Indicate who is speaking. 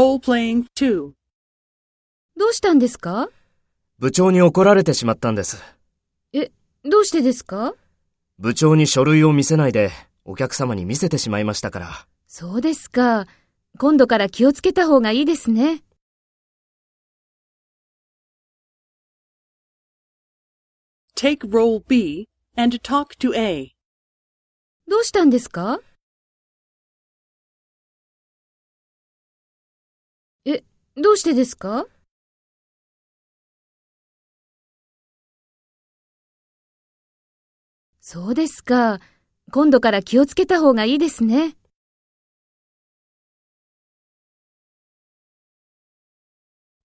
Speaker 1: Role-playing 2.
Speaker 2: どうしたんですか
Speaker 3: 部長に怒られてしまったんです。
Speaker 2: どうしてですか
Speaker 3: 部長に書類を見せないで、お客様に見せてしまいましたから。
Speaker 2: そうですか。今度から気をつけた方がいいですね。
Speaker 1: Take role B and talk to A.
Speaker 2: どうしたんですかえ、どうしてですかそうですか。今度から気をつけた方がいいですね。